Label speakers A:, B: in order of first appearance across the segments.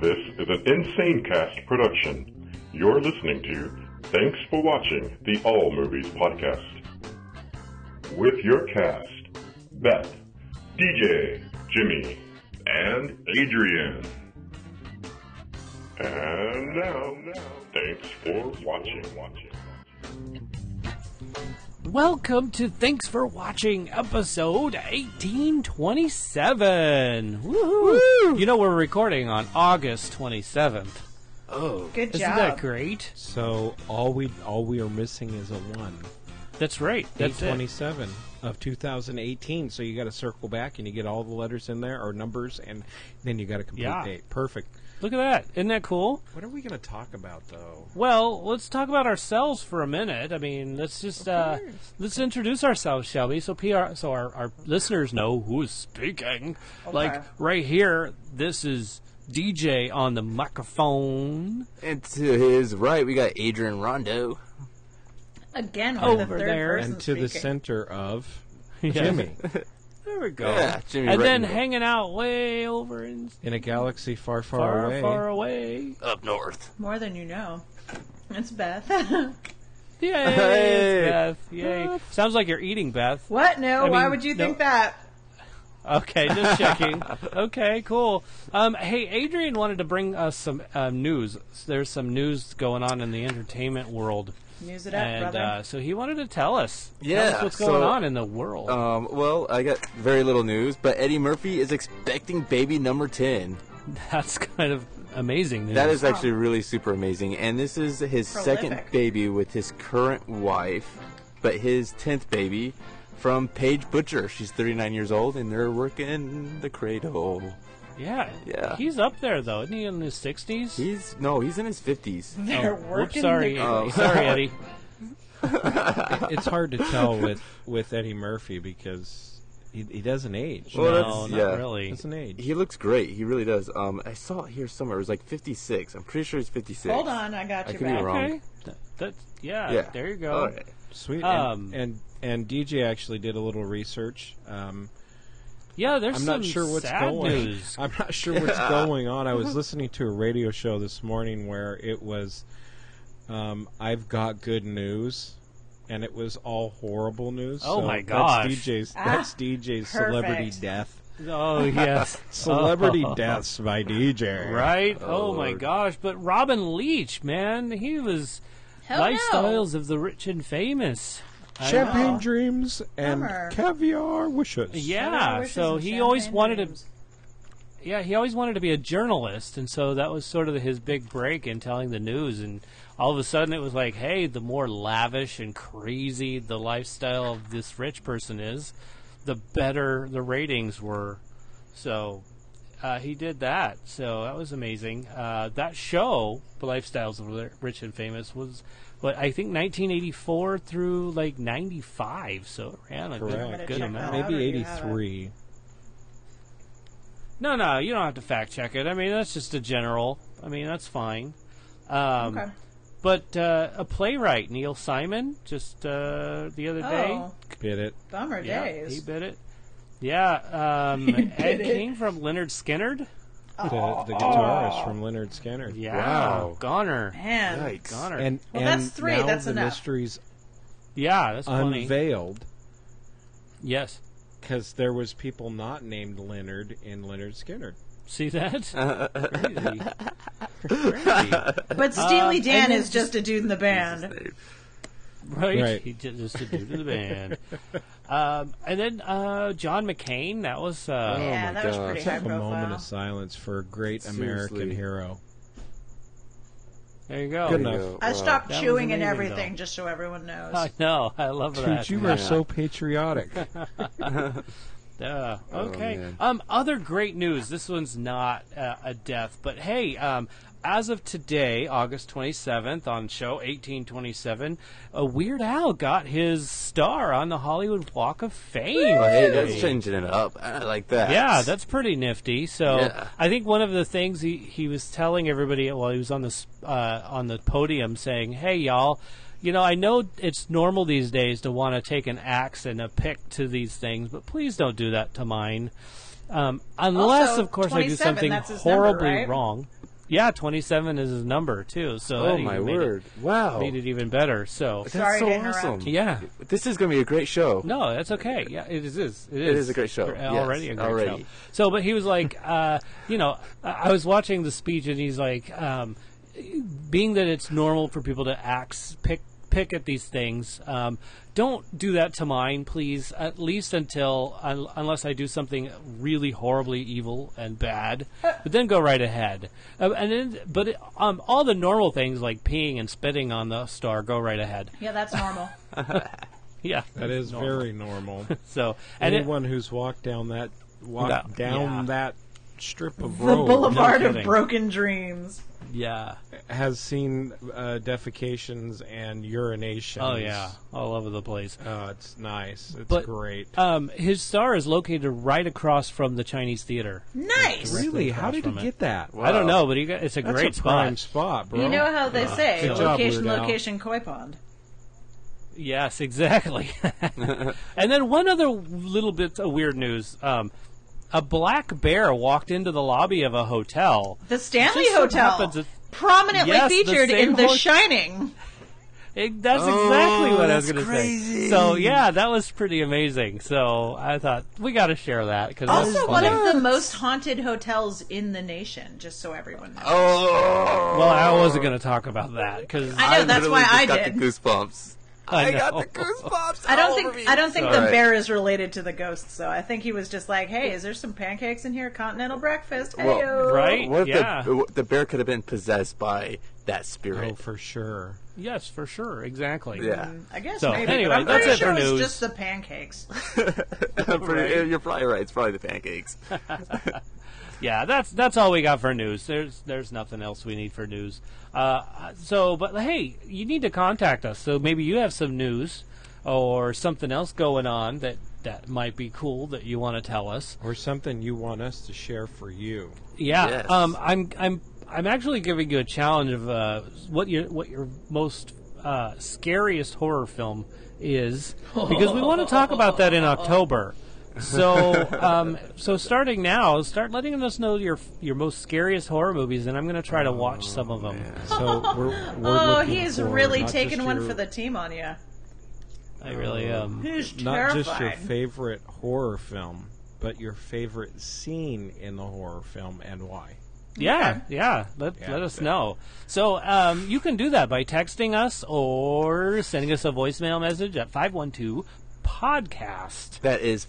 A: This is an Insane Cast production. You're listening to Thanks for Watching the All Movies Podcast. With your cast, Beth, DJ, Jimmy, and Adrian. And now, thanks for watching.
B: Welcome to Thanks for Watching episode 1827. Woo! You know, we're recording on August 27th.
C: Good
B: Isn't
C: job.
B: that great?
D: So all we all we are missing is a one.
B: That's right. That's
D: Eight
B: it.
D: twenty-seven of 2018. So you got to circle back and you get all the letters in there or numbers, and then you got a complete
B: Yeah.
D: date. Perfect.
B: Look at that. Isn't that cool?
D: What are we going to talk about though?
B: Well, let's talk about ourselves for a minute. I mean, let's just uh, let's introduce ourselves, shall we? So PR, so our, our listeners know who's speaking. Like right here, this is DJ on the microphone.
E: And to his right, we got Adrian Rondo.
C: Again, with the
B: Over
C: third
B: there.
C: person
D: And to the
C: speaking.
D: center of
B: Yeah.
D: Jimmy
B: There we go.
C: Uh-huh.
E: Yeah, Jimmy
B: and then
E: Rettenberg.
B: hanging out way over in
D: in a galaxy far, far,
B: far,
D: away.
B: far away.
E: Up north.
C: More than you know. It's Beth.
B: Yay,
E: Hey.
B: it's Beth! Yay! Sounds like you're eating, Beth.
C: what? No.
B: I
C: why
B: mean,
C: would you
B: no.
C: think that?
B: Okay, just checking. okay, cool. Um, hey, Adrian wanted to bring us some uh, news. There's some news going on in the entertainment world,
C: News it up,
B: and
C: brother.
B: uh, so he wanted to tell us. tell
E: Yeah,
B: us what's
E: so-
B: going on in the world?
E: Um, well, I got very little news, but Eddie Murphy is expecting baby number 10.
B: That's kind of amazing. News.
E: That is actually really super amazing. And this is his second
C: Prolific.
E: baby with his current wife, but his 10th baby from Paige Butcher. She's 39 years old, and they're working the cradle.
B: yeah.
E: Yeah.
B: He's up there though, isn't he? In his sixties. Oh,
E: He's, no, he's in his 50s.
C: They're working.
B: sorry,
C: the-
E: Oh.
B: Eddie. sorry, Eddie.
D: It's hard to tell with with Eddie Murphy because he, he doesn't age.
E: Well,
B: no,
D: no,
E: that's-
B: not
E: yeah.
B: really.
D: doesn't age.
E: He looks great. He really does. Um, I saw it here somewhere. It was like 56. I'm pretty sure it's 56.
C: Hold on, I got
E: I
C: you
E: could be
C: back.
E: wrong.
B: Okay. That, that's- yeah,
E: Yeah.
B: Uh,
E: Oh,
B: There you go.
E: All right.
D: Sweet.
B: Um,
D: and, and and DJ actually did a little research. Um,
B: Yeah, there's
D: I'm
B: some
D: not sure what's
B: sad
D: going.
B: news.
D: I'm not sure what's going on. I was listening to a radio show this morning where it was, um, I've got good news, and it was all horrible news.
B: Oh
D: so
B: my gosh.
D: That's DJ's.
C: Ah,
D: that's DJ's celebrity
C: perfect.
D: death.
B: oh yes,
D: Celebrity
B: Oh,
D: deaths by DJ.
B: Right? Oh, my
E: Lord.
B: gosh! But Robin Leach, man, he was
C: Hell
B: lifestyles of the rich and famous. I
D: Champagne
C: know.
D: dreams and
C: Bummer.
D: caviar wishes.
C: No.
B: Yeah.
C: Wishes
B: So
C: and
B: he always
C: champagne
B: wanted to.
C: dreams.
B: Yeah, he always wanted to be a journalist, and so that was sort of his big break in telling the news. And all of a sudden, it was like, hey, the more lavish and crazy the lifestyle of this rich person is, the better the ratings were. So uh, he did that. So that was amazing. Uh, that show, The Lifestyles of the Rich and Famous, was what I think 1984 through like 95. So it ran a good,
D: Correct. I'm gonna
B: good
C: check
B: amount.
C: that out.
D: Maybe
C: Louder,
D: eighty
C: yeah.
D: three.
B: No, no, you don't have to fact check it. I mean, that's just a general. I mean, that's fine. Um,
C: Okay.
B: But uh, a playwright, Neil Simon, just uh, the other day.
C: Oh,
D: Bit it.
C: bummer
B: Yeah, he
C: days.
B: bit it. Yeah, um, Ed
C: bit it.
B: King from Leonard Skinnerd.
D: The, the guitarist from Leonard Skinner.
B: Oh. Yeah,
E: Wow.
B: Goner,
C: Man,
E: Yikes.
B: Goner.
D: And,
C: Well,
D: and
C: that's three,
D: Now
C: that's
D: the
C: enough.
D: mystery's
B: yeah, that's funny.
D: unveiled
B: yes,
D: because there was people not named Leonard in Leonard Skinner.
B: see that? Crazy. Crazy.
C: but Steely
B: Um,
C: Dan
B: and then
C: is just a dude in the
B: oh
C: band.
B: Right.
D: Right.
B: He did just a dude in the band. Um, and then uh, John McCain. That was uh,
C: yeah,
E: my
C: that was
E: gosh.
C: pretty high
D: Have a moment
C: profile.
D: of silence for a great American
E: Seriously.
D: hero.
B: there you go.
D: Good enough.
C: I stopped
B: That was
C: chewing and
B: amazing,
C: everything
B: though.
C: just so everyone knows.
B: I know. I love that.
D: Dude, you are so patriotic.
B: Uh, okay.
E: Oh, man.
B: um, other great news. This one's not uh, a death, but hey, um, as of today, August 27th, on show 1827, uh, Weird Al got his star on the Hollywood Walk of Fame.
E: Hey, that's changing it up. I like that.
B: Yeah, that's pretty nifty. So
E: Yeah.
B: I think one of the things he, he was telling everybody while he was on the s- uh, on the podium saying, "Hey, y'all." You know, I know it's normal these days to want to take an axe and a pick to these things, but please don't do that to mine. Um, unless,
C: Also,
B: of course, I do
C: 27,
B: something
C: that's his number,
B: horribly
C: right?
B: wrong. yeah, 27 is his number too. So
E: Oh
B: that
E: my
B: even made it-
E: word! Wow,
B: made it even better. So
E: that's
C: Sorry
E: so
C: to interrupt.
E: awesome.
B: yeah,
E: This is going to be a great show.
B: No, that's okay. Yeah, it is. It is, it
E: is a great show. Yes,
B: Already a great
E: already.
B: show. So, but he was like, uh, you know, I I was watching the speech, and he's like, um, being that it's normal for people to axe pick pick at these things, um, don't do that to mine, please. At least until un- unless I do something really horribly evil and bad, but then go right ahead. Um, and then, but it, um, all the normal things like peeing and spitting on the star, go right ahead.
C: Yeah, that's normal.
B: Yeah,
D: That is very normal.
B: so. And it,
D: Anyone who's walked down that walked
B: That-
D: down
B: yeah.
D: that strip of
C: the
D: road
C: Boulevard of
B: kidding.
C: Broken Dreams.
B: yeah.
D: has seen uh, defecations and urinations.
B: Oh yeah, all over the place.
D: Oh, it's nice. It's
B: But-
D: great.
B: Um, his star is located right across from the Chinese theater.
C: Nice.
D: really? How
B: across
D: did he
B: from it.
D: get that?
B: I don't know, but he got, it's a
D: That's
B: great
D: a
B: spot.
D: prime spot, bro.
C: You know how they say
D: uh, Good job,
C: location,
D: Weird Al.
C: location, koi pond.
B: Yes, exactly. and then one other little bit of weird news. Um, a black bear walked into the lobby of a hotel.
C: The Stanley
B: Just so
C: Hotel,
B: happens it-
C: prominently
B: Yes, the
C: featured in
B: same
C: The
B: ho-
C: Shining.
B: It- that's exactly what I was
E: that's
B: going to say.
E: crazy.
B: So yeah, that was pretty amazing. So I thought we got to share that because
C: Also, one of the most haunted hotels in the nation. Just so everyone knows.
E: Oh,
B: well, I wasn't going to talk about that because
C: I know that's
E: literally
C: why
E: just
C: I
E: got
C: did.
E: the goosebumps.
B: I
E: got
B: know.
E: the goosebumps.
C: I
E: all
C: don't
E: over me.
C: think I don't think the
E: Sorry.
C: bear is related to the ghost, so I think he was just like, "Hey, is there some pancakes in here? Continental breakfast."
E: Well,
C: Heyo."
B: right?
E: What if
B: yeah.
E: the, the bear could have been possessed by that
D: Oh,
E: spirit?
D: for sure.
B: Yes, for sure. Exactly.
E: yeah,
C: I guess
B: So,
C: maybe. but
B: anyway,
C: I'm
B: that's
C: pretty
B: it for
C: sure it
B: news.
C: was just the pancakes.
E: I'm pretty- you're probably right. It's probably the pancakes.
B: Yeah, that's that's all we got for news. There's there's nothing else we need for news. Uh, so, but hey, you need to contact us. So maybe you have some news or something else going on that that might be cool that you want to tell us.
D: Or something you want us to share for you.
B: Yeah.
E: Yes.
B: Um, I'm I'm I'm actually giving you a challenge of uh, what your what your most uh, scariest horror film is because we want to talk about that in October. So um, so starting now, start letting us know your your most scariest horror movies, and I'm going to try to watch some of them.
D: So we're, we're
C: Oh,
D: looking
C: he's
D: for
C: really
D: not
C: taking
D: just
C: one
D: your-
C: for the team on you.
B: I really um, am.
C: He's
D: not
C: terrified.
D: just your favorite horror film, but your favorite scene in the horror film and why.
B: Yeah, yeah. Let
D: Yeah,
B: let us
D: so-
B: know. So um, you can do that by texting us or sending us a voicemail message at five one two podcast.
E: That is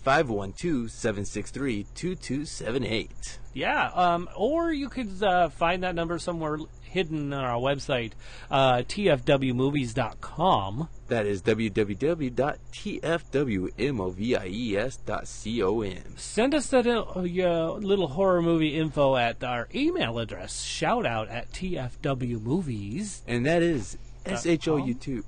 E: 512-763-2278.
B: Yeah, um, or you could uh, find that number somewhere hidden on our website, uh, tfwmovies.com.
E: That is E www.tfwmovies.com.
B: Send us that uh, your little horror movie info at our email address, shoutout at tfwmovies.
E: And that is S-H-O-U-2.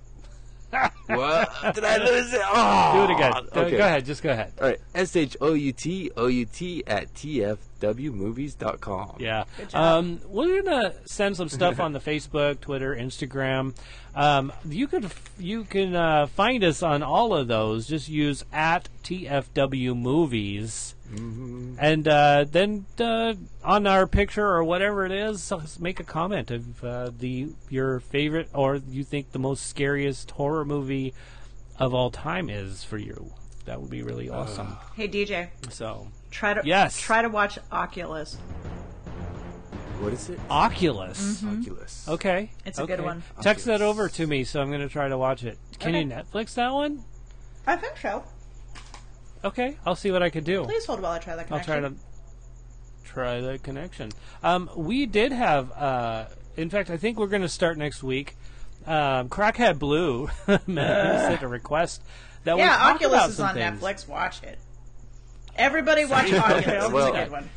E: what? Did I lose it? Oh!
B: Do it again. Go-
E: Okay.
B: Go ahead, just go ahead.
E: All right. S-H-O-U-T-O-U-T at tfwmovies.com.
B: Yeah. Um, we're gonna send some stuff on the Facebook, Twitter, Instagram. Um, you could you can uh, find us on all of those. Just use at TFW Movies, and uh, then uh, on our picture or whatever it is, s- make a comment of uh, the your favorite or you think the most scariest horror movie of all time is for you. That would be really awesome.
C: Hey DJ,
B: so,
C: try to
B: Yes.
C: try to watch Oculus.
E: What is it?
B: Oculus.
E: Oculus.
B: Mm-hmm. Okay.
C: It's a good
B: Okay.
C: one.
B: Text that
E: Okay.
B: over to me, so I'm going to try to watch it. Can you
C: Okay.
B: Netflix that one?
C: I think so.
B: Okay, I'll see what I can do.
C: Please hold while I try that
B: I'll
C: connection.
B: try to try the connection. Um, we did have, uh, in fact, I think we're going to start next week. Um, Crackhead Blue Matt, you sent a request that we
C: yeah,
B: talk
C: Oculus
B: about
C: is
B: some
C: on
B: things.
C: Netflix. Watch it. Everybody watch Oculus. It's
E: Well-
C: a good one.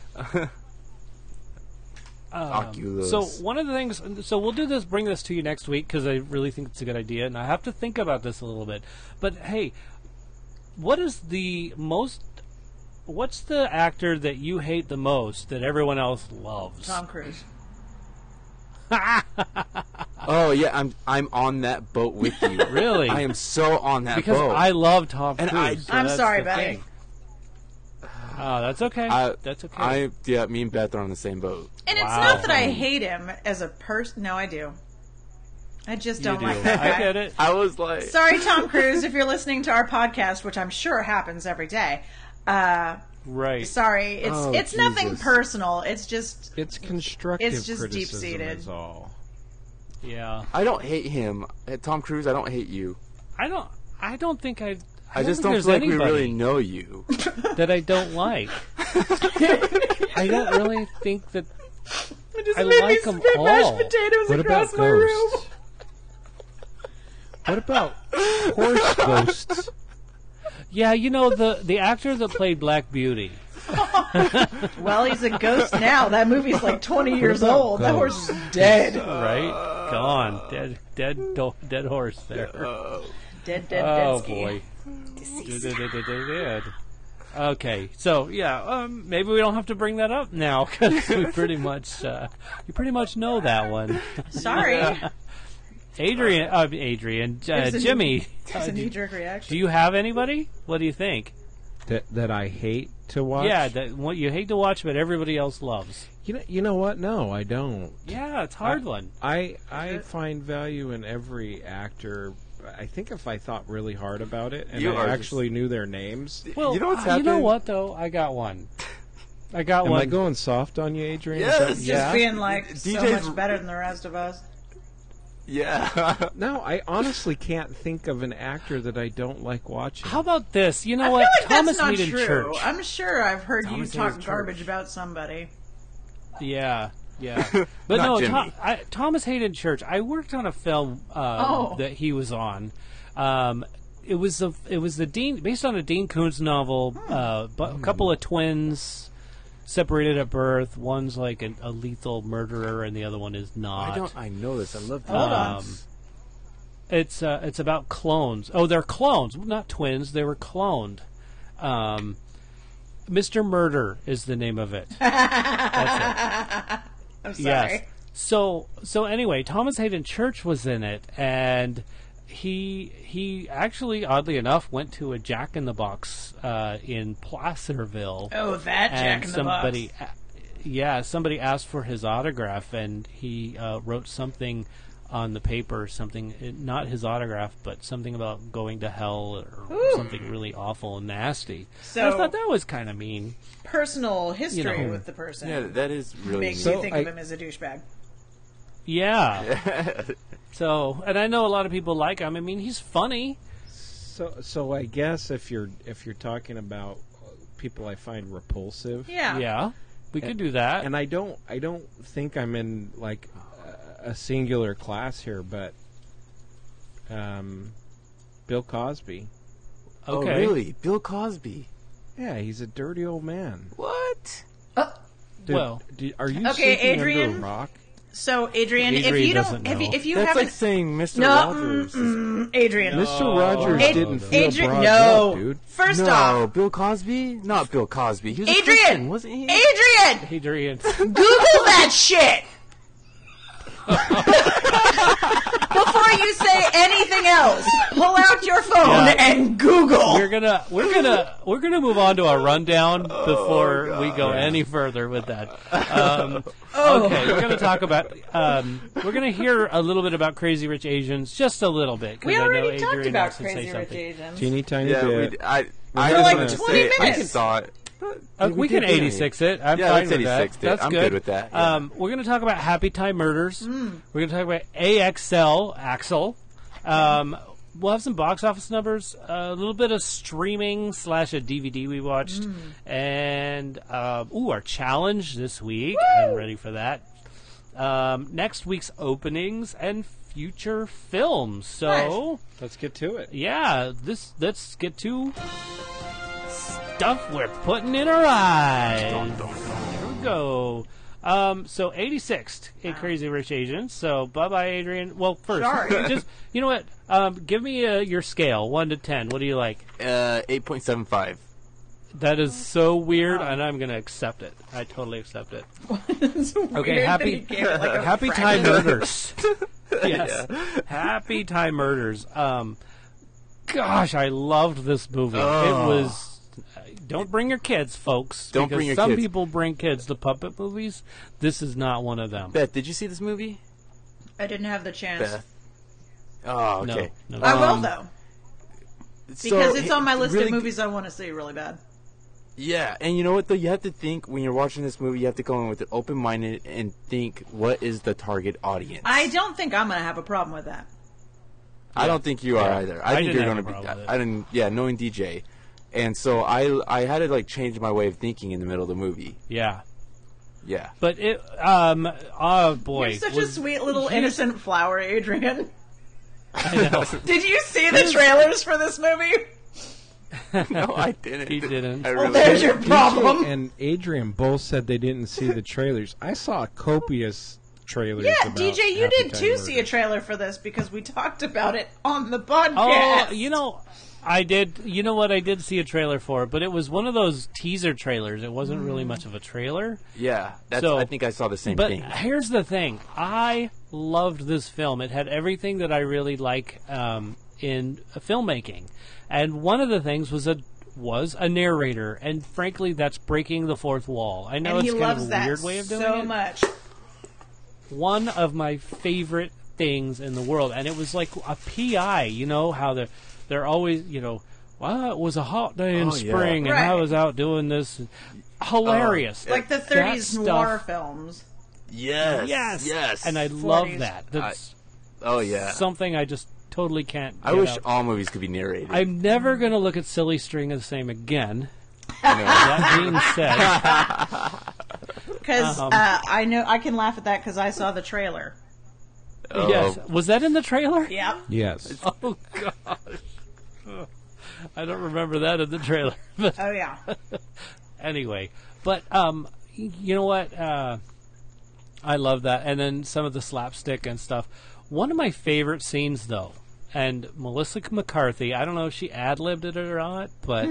E: Oculus.
B: Um, So one of the things, so we'll do this, bring this to you next week because I really think it's a good idea, and I have to think about this a little bit. But hey, what is the most? What's the actor that you hate the most that everyone else loves?
C: Tom Cruise.
E: Oh yeah, I'm I'm on that boat with you.
B: Really?
E: I am so on that
B: because
E: boat.
B: I love Tom
E: And
B: Cruise.
E: I-
B: so
C: I'm
B: that's
C: sorry,
B: the
C: Betty.
B: thing. Oh, that's okay.
E: I,
B: that's okay.
E: I yeah, me and Beth are on the same boat.
C: And it's
B: Wow.
C: not that I hate him as a person. No, I do. I just
B: you
C: don't
B: do.
C: like that guy.
B: I get it.
E: I was like,
C: Sorry, Tom Cruise, if you're listening to our podcast, which I'm sure happens every day. Uh,
B: Right.
C: sorry, it's
E: Oh,
C: it's nothing
E: Jesus.
C: personal. It's just
D: It's constructive
C: It's just
D: criticism
C: deep-seated.
D: is all.
B: Yeah.
E: I don't hate him, Uh, Tom Cruise. I don't hate you.
B: I don't. I don't think I. I,
E: I, just
B: think
E: don't
B: there's
E: feel like we
B: anybody
E: really know you.
B: that I don't like. I don't really think that
C: it just
B: I
C: made
B: like
C: me
B: 'em
C: spit mashed
B: all.
C: potatoes
D: What
C: across
D: about
C: my room.
D: ghosts? What about horse ghosts?
B: Yeah, you know the the actor that played Black Beauty.
C: Well, he's a ghost now. That movie's like 20 years
D: about
C: old. That horse
D: ghosts?
C: is dead.
B: Right? Gone. Dead dead do- dead horse there.
C: Dead, dead,
B: oh
C: dead ski.
B: boy. Dead. Okay. So, yeah, um, maybe we don't have to bring that up now cuz we pretty much uh, you pretty much know that one.
C: Sorry.
B: Adrian uh, Adrian uh,
C: Uh, It's a-
B: Jimmy.
C: It's
B: uh,
C: a knee
B: do,
C: jerk reaction.
B: do you have anybody? What do you think?
D: That that I hate to watch.
B: Yeah, that what you hate to watch but everybody else loves. Uh,
D: you know. You know what? No, I don't.
B: Yeah, it's a hard one.
D: I I find value in every actor. I think if I thought really hard about it and
E: You
D: I
E: are
D: actually knew their names.
B: Well,
E: you know what's
B: uh, you
E: happening?
B: know what though? I got one. I got
D: Am
B: one.
D: I going soft on you, Adrian? Is
E: Yes.
D: that-
C: Just
B: yeah.
C: being like
E: DJ's
C: so much better than the rest of us.
E: Yeah,
D: No, I honestly can't think of an actor that I don't like watching.
B: How about this? You know
C: I
B: what?
C: feel like
B: Thomas
C: that's not
B: Hayden
C: true.
B: Church.
C: I'm sure I've heard
E: Thomas
C: you talk
E: Hayden Church.
C: garbage about somebody.
B: Yeah, yeah. But
E: Not
B: no,
E: Jimmy.
B: Tho- I, Thomas Hayden Church. I worked on a film uh,
C: Oh.
B: that he was on. Um, it was the it was the Dean based on a Dean Koontz novel.
C: Hmm.
B: Uh, but a couple of twins separated at birth. One's like an, a lethal murderer, and the other one is not.
E: I don't. I know this. I love
D: Uh,
C: Hold
E: Tom
C: on.
E: Cruise.
B: Um, It's uh, it's about clones. Oh, they're clones, not twins. They were cloned. Um, Mr. Murder is the name of it.
C: I'm Oh, sorry.
B: So so anyway, Thomas Hayden Church was in it, and he he actually, oddly enough, went to a Jack in the Box uh, in Placerville,
C: Oh, that
B: and
C: Jack in
B: somebody.
C: the Box.
B: Yeah, somebody asked for his autograph, and he uh, wrote something on the paper, something it- not his autograph, but something about going to hell or something really awful and nasty. And I
C: So-
B: thought that was kind of mean.
C: Personal history
B: You know.
C: with the person
E: Yeah, that is really.
C: makes
E: neat.
D: So
C: you think
D: I-
C: of him as a douchebag.
B: Yeah. so, and I know a lot of people like him. I mean, he's funny.
D: So, so I guess if you're if you're talking about uh, people I find repulsive,
C: Yeah.
B: Yeah, we could do that.
D: and I don't I don't think I'm in like a a singular class here, but um, Bill Cosby.
E: Oh,
B: okay.
E: really? Bill Cosby?
D: Yeah, he's a dirty old man.
E: What?
D: Dude,
B: Well-
D: do- are you
C: Okay,
D: sleeping under
C: Adrian.
D: a rock?
C: So, Adrian,
B: Adrian
C: if you
B: doesn't
C: don't, if you,
B: know.
C: if you
E: That's
C: haven't,
E: like saying Mr.
C: No,
E: Rogers. is-
C: Adrian,
D: Mr. Rogers
C: Ad-
D: didn't feel
C: Adrian,
D: brought
C: no.
D: up, dude.
C: First
E: no,
C: off,
E: Bill Cosby? Not Bill Cosby. He was a Christian,
C: Adrian,
E: wasn't he?
C: Adrian,
B: Adrian.
C: Google that shit before you say anything else. Pull out your phone
B: Yeah.
C: and Google.
B: We're gonna we're gonna we're gonna move on to our rundown before we go any further with that. Um, Okay, we're gonna talk about um, we're gonna hear a little bit about Crazy Rich Asians, just a little bit. 'cause
C: we
B: I know
C: already talked
B: Adrian
C: about
B: wants to say
C: Crazy Rich
B: something.
C: Asians.
D: Teeny tiny
E: yeah,
D: bit.
E: we, I, I
D: For
E: just
D: like
E: wanted to
C: 20
E: say, I
C: minutes.
E: can saw it.
B: Uh,
E: We
B: we
E: did
B: can
E: hear
B: 86 it. I'm
E: Yeah,
B: fine
E: let's
B: with that.
E: 86 it.
B: That's
E: I'm
B: good.
E: good with that, yeah.
B: Um, we're going to talk about Happy Time Murders. We're going to talk about AXL, Axel. Um, we'll have some box office numbers, a little bit of streaming slash a DVD we watched, and uh, ooh, our challenge this week. I'm ready for that. Um, next week's openings and future films. So.
D: Let's get to it.
B: Yeah, this let's get to stuff we're putting in our eyes. Here we go. Um, so 86th, a Crazy Rich Asian. So bye bye, Adrian. Well, first,
C: Sorry.
B: just you know what? Um, give me uh, your scale, one to ten. What do you like?
E: Uh, 8.75.
B: That is so weird, and I'm gonna accept it. I totally accept it.
C: It's weird that
B: happy-
C: he gave it, like, a
B: Happy
C: French-
B: Time Murders. yes. Happy Time Murders. Um, gosh, I loved this movie. It was Don't bring your kids, folks.
E: Don't
B: because
E: bring your
B: some
E: kids.
B: people bring kids to puppet movies. This is not one of them.
E: Beth, did you see this movie?
C: I didn't have the chance.
E: Beth. Oh,
B: No,
E: okay.
B: no.
C: I will
E: Um,
C: though,
E: So,
C: because it's
E: hey,
C: on my list
E: really
C: of
E: g-
C: movies I want to see really bad.
E: Yeah, and you know what though? You have to think when you're watching this movie. You have to go in with it open minded and think what is the target audience.
C: I don't think I'm going to have a problem with that.
E: I don't think you are either. I,
B: I
E: think
B: didn't have
E: you're going
B: a
E: to be.
B: problem with it.
E: I didn't. Yeah, knowing DJ, and so I I had to like change my way of thinking in the middle of the movie.
B: Yeah,
E: Yeah.
B: but it. Um. Oh boy,
C: You're such a
B: was-
C: sweet little
B: you-
C: innocent flower, Adrian. Did you see the trailers for this movie?
E: no, I didn't.
B: He didn't.
E: I
C: Well,
E: really
C: there's your
D: DJ
C: problem.
D: and Adrian both said they didn't see the trailers. I saw copious trailers.
C: Yeah,
D: about
C: DJ, you
D: Happy
C: did
D: Time
C: too
D: Murder.
C: see a trailer for this because we talked about it on the
B: Oh,
C: podcast.
B: you know, I did. You know what? I did see a trailer for, but it was one of those teaser trailers. It wasn't
C: Mm.
B: really much of a trailer.
E: Yeah. That's.
B: So-
E: I think I saw the same
B: But
E: thing.
B: here's the thing: I loved this film. It had everything that I really like um, in filmmaking, and one of the things was a was a narrator. And frankly, that's breaking the fourth wall. I know
C: and he
B: it's kind
C: loves
B: of a
C: that
B: weird way of doing
C: so
B: it.
C: much.
B: One of my favorite things in the world, and it was like a PI. You know how they're they're always you know. Well, it was a hot day in
E: Oh, yeah.
B: spring, and I
C: Right.
B: was out doing this. Hilarious,
C: Like the
B: That
C: 30s noir
B: stuff-
C: films.
E: yes.
B: Yes,
E: Yes.
B: and I love
C: 40s.
B: that. That's
E: Oh yeah.
B: something I just totally can't.
E: I
B: get
E: wish
B: out.
E: all movies could be narrated.
B: I'm never going to look at Silly String the same again. that being said,
C: Because
B: Uh-huh.
C: uh, I know I can laugh at that because I saw the trailer.
E: Oh.
B: yes, was that in the trailer?
C: Yep.
D: Yes.
B: Oh gosh, I don't remember that in the trailer. But
C: Oh yeah.
B: anyway, but um, y- you know what? Uh, I love that, and then some of the slapstick and stuff. One of my favorite scenes, though, and Melissa McCarthy. I don't know if she ad libbed it or not, but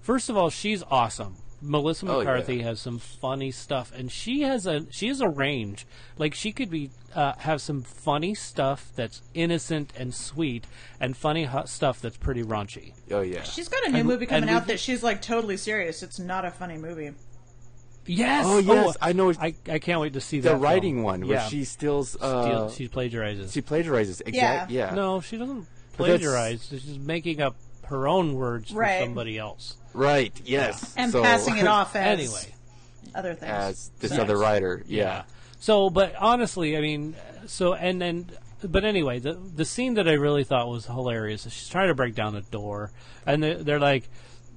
B: first of all, she's awesome. Melissa
E: Hmm. Oh, yeah.
B: McCarthy has some funny stuff, and she has a she has a range. Like she could be uh, have some funny stuff that's innocent and sweet, and funny hu- stuff that's pretty raunchy.
E: Oh yeah.
C: She's got a new
B: And-
C: movie
B: and
C: coming
B: we-
C: out that she's like totally serious. It's not a funny movie.
B: Yes.
E: Oh, yes, I know it's-
B: I, I can't wait to see
E: The
B: that
E: writing
B: film.
E: one where
B: Yeah.
E: she steals.
B: Steal-
E: Uh,
B: she plagiarizes.
E: she plagiarizes. Exactly. Yeah.
B: no, she doesn't
E: But that's-
B: plagiarize. She's making up her own words
C: Right.
B: for somebody else.
E: Right. Yes.
C: And
E: So-
C: passing it off as
B: Anyway,
C: other things.
E: as this other writer. Yeah.
B: So, but honestly, I mean, so and then, but anyway, the the scene that I really thought was hilarious is she's trying to break down a door, and they, they're like,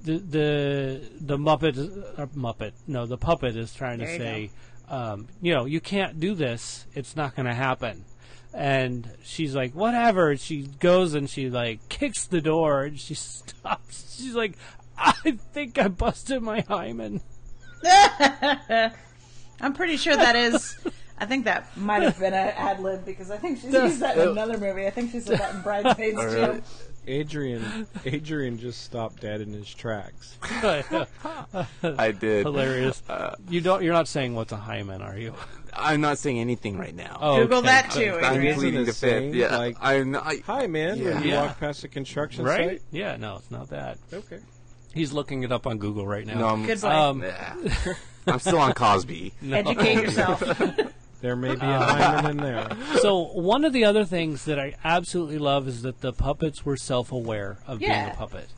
B: the the the Muppet uh, Muppet, no, the puppet is trying to
C: There you
B: say, um, you know, you can't do this. It's not going to happen. And she's like, whatever. And she goes and she like kicks the door and she stops. She's like, I think I busted my hymen.
C: I'm pretty sure that is. I think that might have been an ad lib because I think she's used that in another movie. I think she said that in Bridesmaids too.
D: Adrian Adrian just stopped dead in his tracks.
B: uh,
E: I did.
B: hilarious. Uh, you don't. You're not saying what's a hymen, are you?
E: I'm not saying anything right now.
B: Oh,
C: Google
B: okay.
C: that too,
E: I'm
D: Isn't
C: Adrian.
E: pleading
D: it
E: the
D: saying,
E: fifth. Yeah.
D: like-
E: I'm. Not, I,
D: Hi, man. When you
E: Yeah.
D: walk past a construction
B: Right? Yeah. No, it's not that.
D: site. Okay.
B: He's looking it up on Google right now.
E: no, I'm,
C: Good boy.
B: Um,
E: Nah. I'm still on Cosby.
C: Educate yourself.
D: There may be a
C: Uh,
D: hymen in there.
B: so one of the other things that I absolutely love is that the puppets were self-aware of being
C: Yeah.
B: a puppet.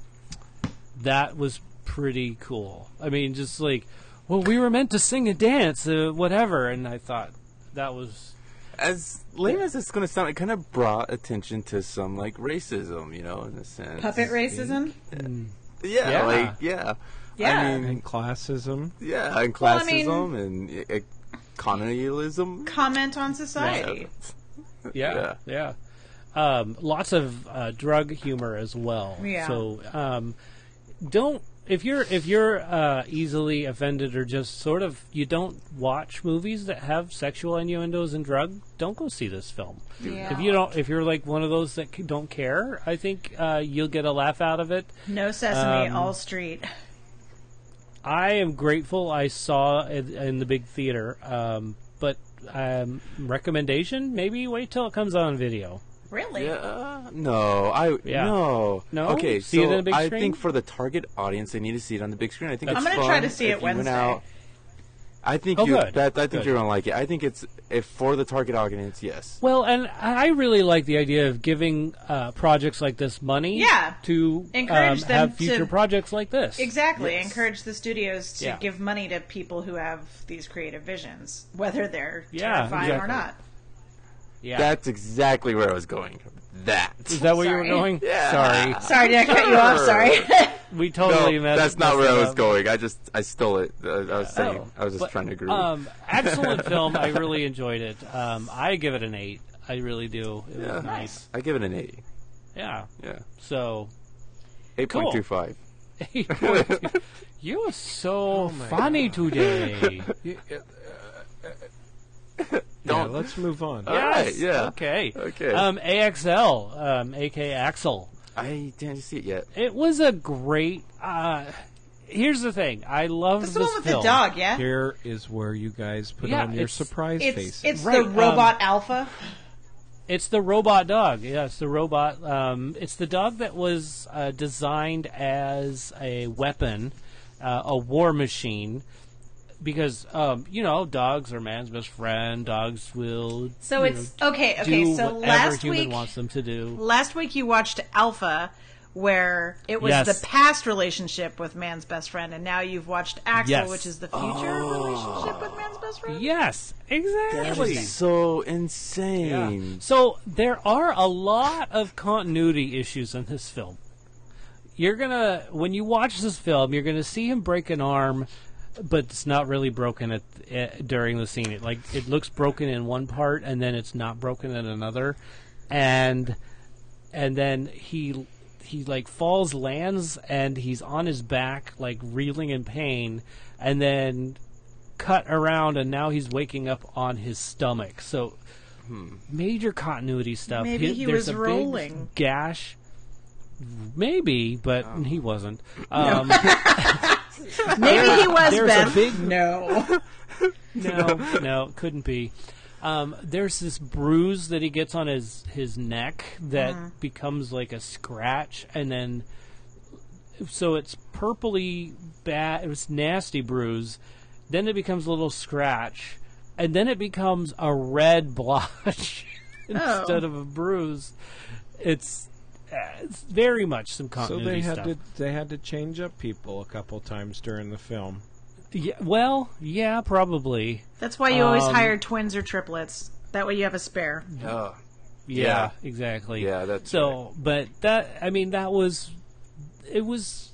B: That was pretty cool. I mean, just like, well, we were meant to sing and dance, uh, whatever, and I thought that was
E: As lame as it's going to sound, it kind of brought attention to some like racism, you know, in a sense.
C: Puppet racism.
E: Yeah,
B: Yeah.
E: like yeah. I
C: Yeah.
E: mean,
D: And classism.
E: yeah, and
C: Well, I
E: classism
C: mean-
E: and uh, colonialism.
C: Comment on society.
B: yeah, yeah. Um, lots of uh, drug humor as well.
C: Yeah.
B: So um, don't if you're if you're uh, easily offended or just sort of you don't watch movies that have sexual innuendos and drug, don't go see this film.
C: Yeah.
B: If you don't, if you're like one of those that c- don't care, I think uh, you'll get a laugh out of it.
C: No sesame,
B: Um,
C: all street.
B: I am grateful I saw it in the big theater, um, but um, recommendation maybe wait till it comes on video.
C: Really?
E: Yeah. Uh, No, I
B: Yeah.
E: no.
B: No?
E: Okay,
B: See it
E: so
B: on the big
E: I
B: screen?
E: think for the target audience, they need to see it on the big screen. I think
C: I'm
E: it's
C: gonna try
E: fun
C: to see
E: if
C: it
E: you went
C: Wednesday.
E: out- I think
B: Oh,
E: you.
B: good.
E: That, I think
B: Good.
E: you're gonna like it. I think it's if for the target audience, yes.
B: Well, and I really like the idea of giving uh, projects like this money.
C: Yeah.
B: To
C: Encourage
B: um,
C: them
B: have future
C: to-
B: projects like this.
C: Exactly. Encourage the studios to
B: Yeah.
C: give money to people who have these creative visions, whether they're
B: Yeah,
C: terrifying or
B: exactly.
C: not.
B: Yeah.
E: That's exactly where I was going. That.
B: Is that where you
C: Sorry.
B: were going?
E: Yeah.
B: Sorry,
C: Sorry, did I cut you off? Sorry.
B: we
E: no,
B: totally messed.
E: that's not
B: messed
E: where
B: it
E: I was
B: up.
E: going. I just I stole it. I, I was saying
B: Oh,
E: I was just
B: but,
E: trying to agree.
B: Um, excellent film. I really enjoyed it. Um, I give it an eight. I really do. It
E: yeah.
B: was nice.
E: I give it an eight.
B: Yeah.
E: Yeah,
B: So
E: eight point two five.
B: eight point two. You are
E: Oh
B: so funny today.
D: Yeah,
E: Don't.
D: let's move on.
B: Uh,
E: All right,
B: Yes,
E: yeah.
B: Okay.
E: Okay.
B: Um, AXL, um, aka Axel.
E: I didn't see it yet.
B: It was a great. Uh, here's the thing. I loved
C: That's
B: this
C: the one with
B: film.
C: the dog, yeah?
D: Here is where you guys put
B: Yeah,
D: on your
B: it's-
D: surprise
C: It's
D: faces.
C: it's
B: Right,
C: the
B: um,
C: robot alpha.
B: It's the robot dog. Yeah, it's the robot. Um, it's the dog that was uh, designed as a weapon, uh, a war machine, because um, you know dogs are man's best friend. Dogs will
C: So
B: you
C: it's
B: know,
C: okay,
B: do
C: okay, so
B: whatever
C: last
B: human
C: week-
B: wants them to do.
C: Last week you watched Alpha, where it was
B: Yes.
C: the past relationship with man's best friend, and now you've watched Axel,
B: Yes. Oh.
C: which is the future relationship with man's best friend.
B: Yes,
E: That
B: exactly.
E: is so
B: Yeah.
E: insane.
B: So there are a lot of continuity issues in this film. You're gonna when you watch this film, you're gonna see him break an arm, but it's not really broken at, at during the scene. It like it looks broken in one part, and then it's not broken in another, and and then he he like falls, lands, and he's on his back, like reeling in pain, and then cut around, and now he's waking up on his stomach. So major continuity stuff.
C: Maybe he
B: there's
C: was
B: a big
C: rolling.
B: gash. Maybe, but he wasn't. Um,
C: Maybe he was
B: There's
C: Ben.
B: a big
C: no.
B: no, no, couldn't be. Um, there's this bruise that he gets on his his neck that becomes like a scratch, and then so it's purpley bad. It was nasty bruise. Then it becomes a little scratch, and then it becomes a red blotch instead of a bruise. It's, uh, it's very much some
D: so
B: continuity
D: they had
B: stuff.
D: to they had to change up people a couple times during the film.
B: Yeah, well, yeah, probably.
C: That's why you always
B: Um,
C: hire twins or triplets. That way you have a spare.
E: Ugh.
B: Yeah, exactly.
E: Yeah, that's
B: so. But that I mean that was it was,